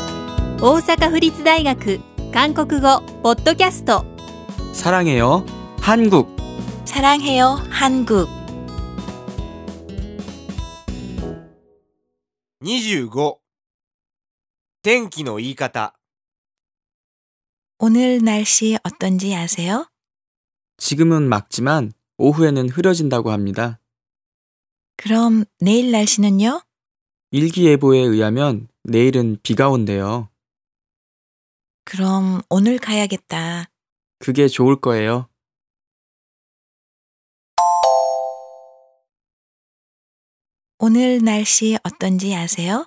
大阪府立大学韓国語ポッドキャスト 사랑해요. 한국. 사랑해요 한국 25天気の言い方 오늘 날씨 어떤지 아세요? 지금은 맑지만 오후에는 흐려진다고 합니다. 그럼 내일 날씨는요? 일기예보에 의하면 내일은 비가 온대요. 그럼 오늘 가야겠다. 그게 좋을 거예요. 오늘 날씨 어떤지 아세요?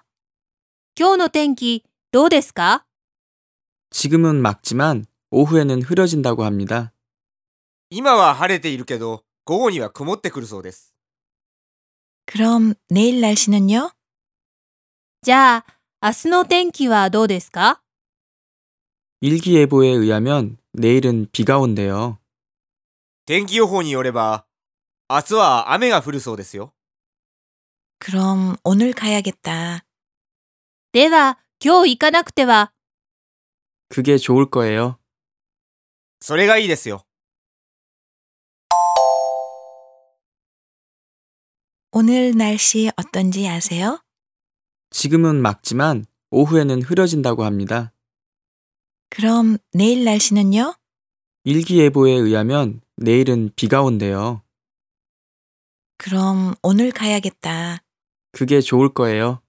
今日の天気どうですか 지금은 맑지만 오후에는 흐려진다고 합니다. 今は晴れているけど午後には曇ってくるそうです 그럼 내일 날씨는요? じゃあ明日の天気はどうですか 일기예보에 의하면 내일은 비가 온대요. 天気予報によれば明日は雨が降るそうですよ 그럼 오늘 가야겠다. では今日行かなくては 그게 좋을 거예요. それがいいですよ 오늘 날씨 어떤지 아세요? 지금은 맑지만 오후에는 흐려진다고 합니다. 그럼 내일 날씨는요? 일기예보에 의하면 내일은 비가 온대요. 그럼 오늘 가야겠다. 그게 좋을 거예요.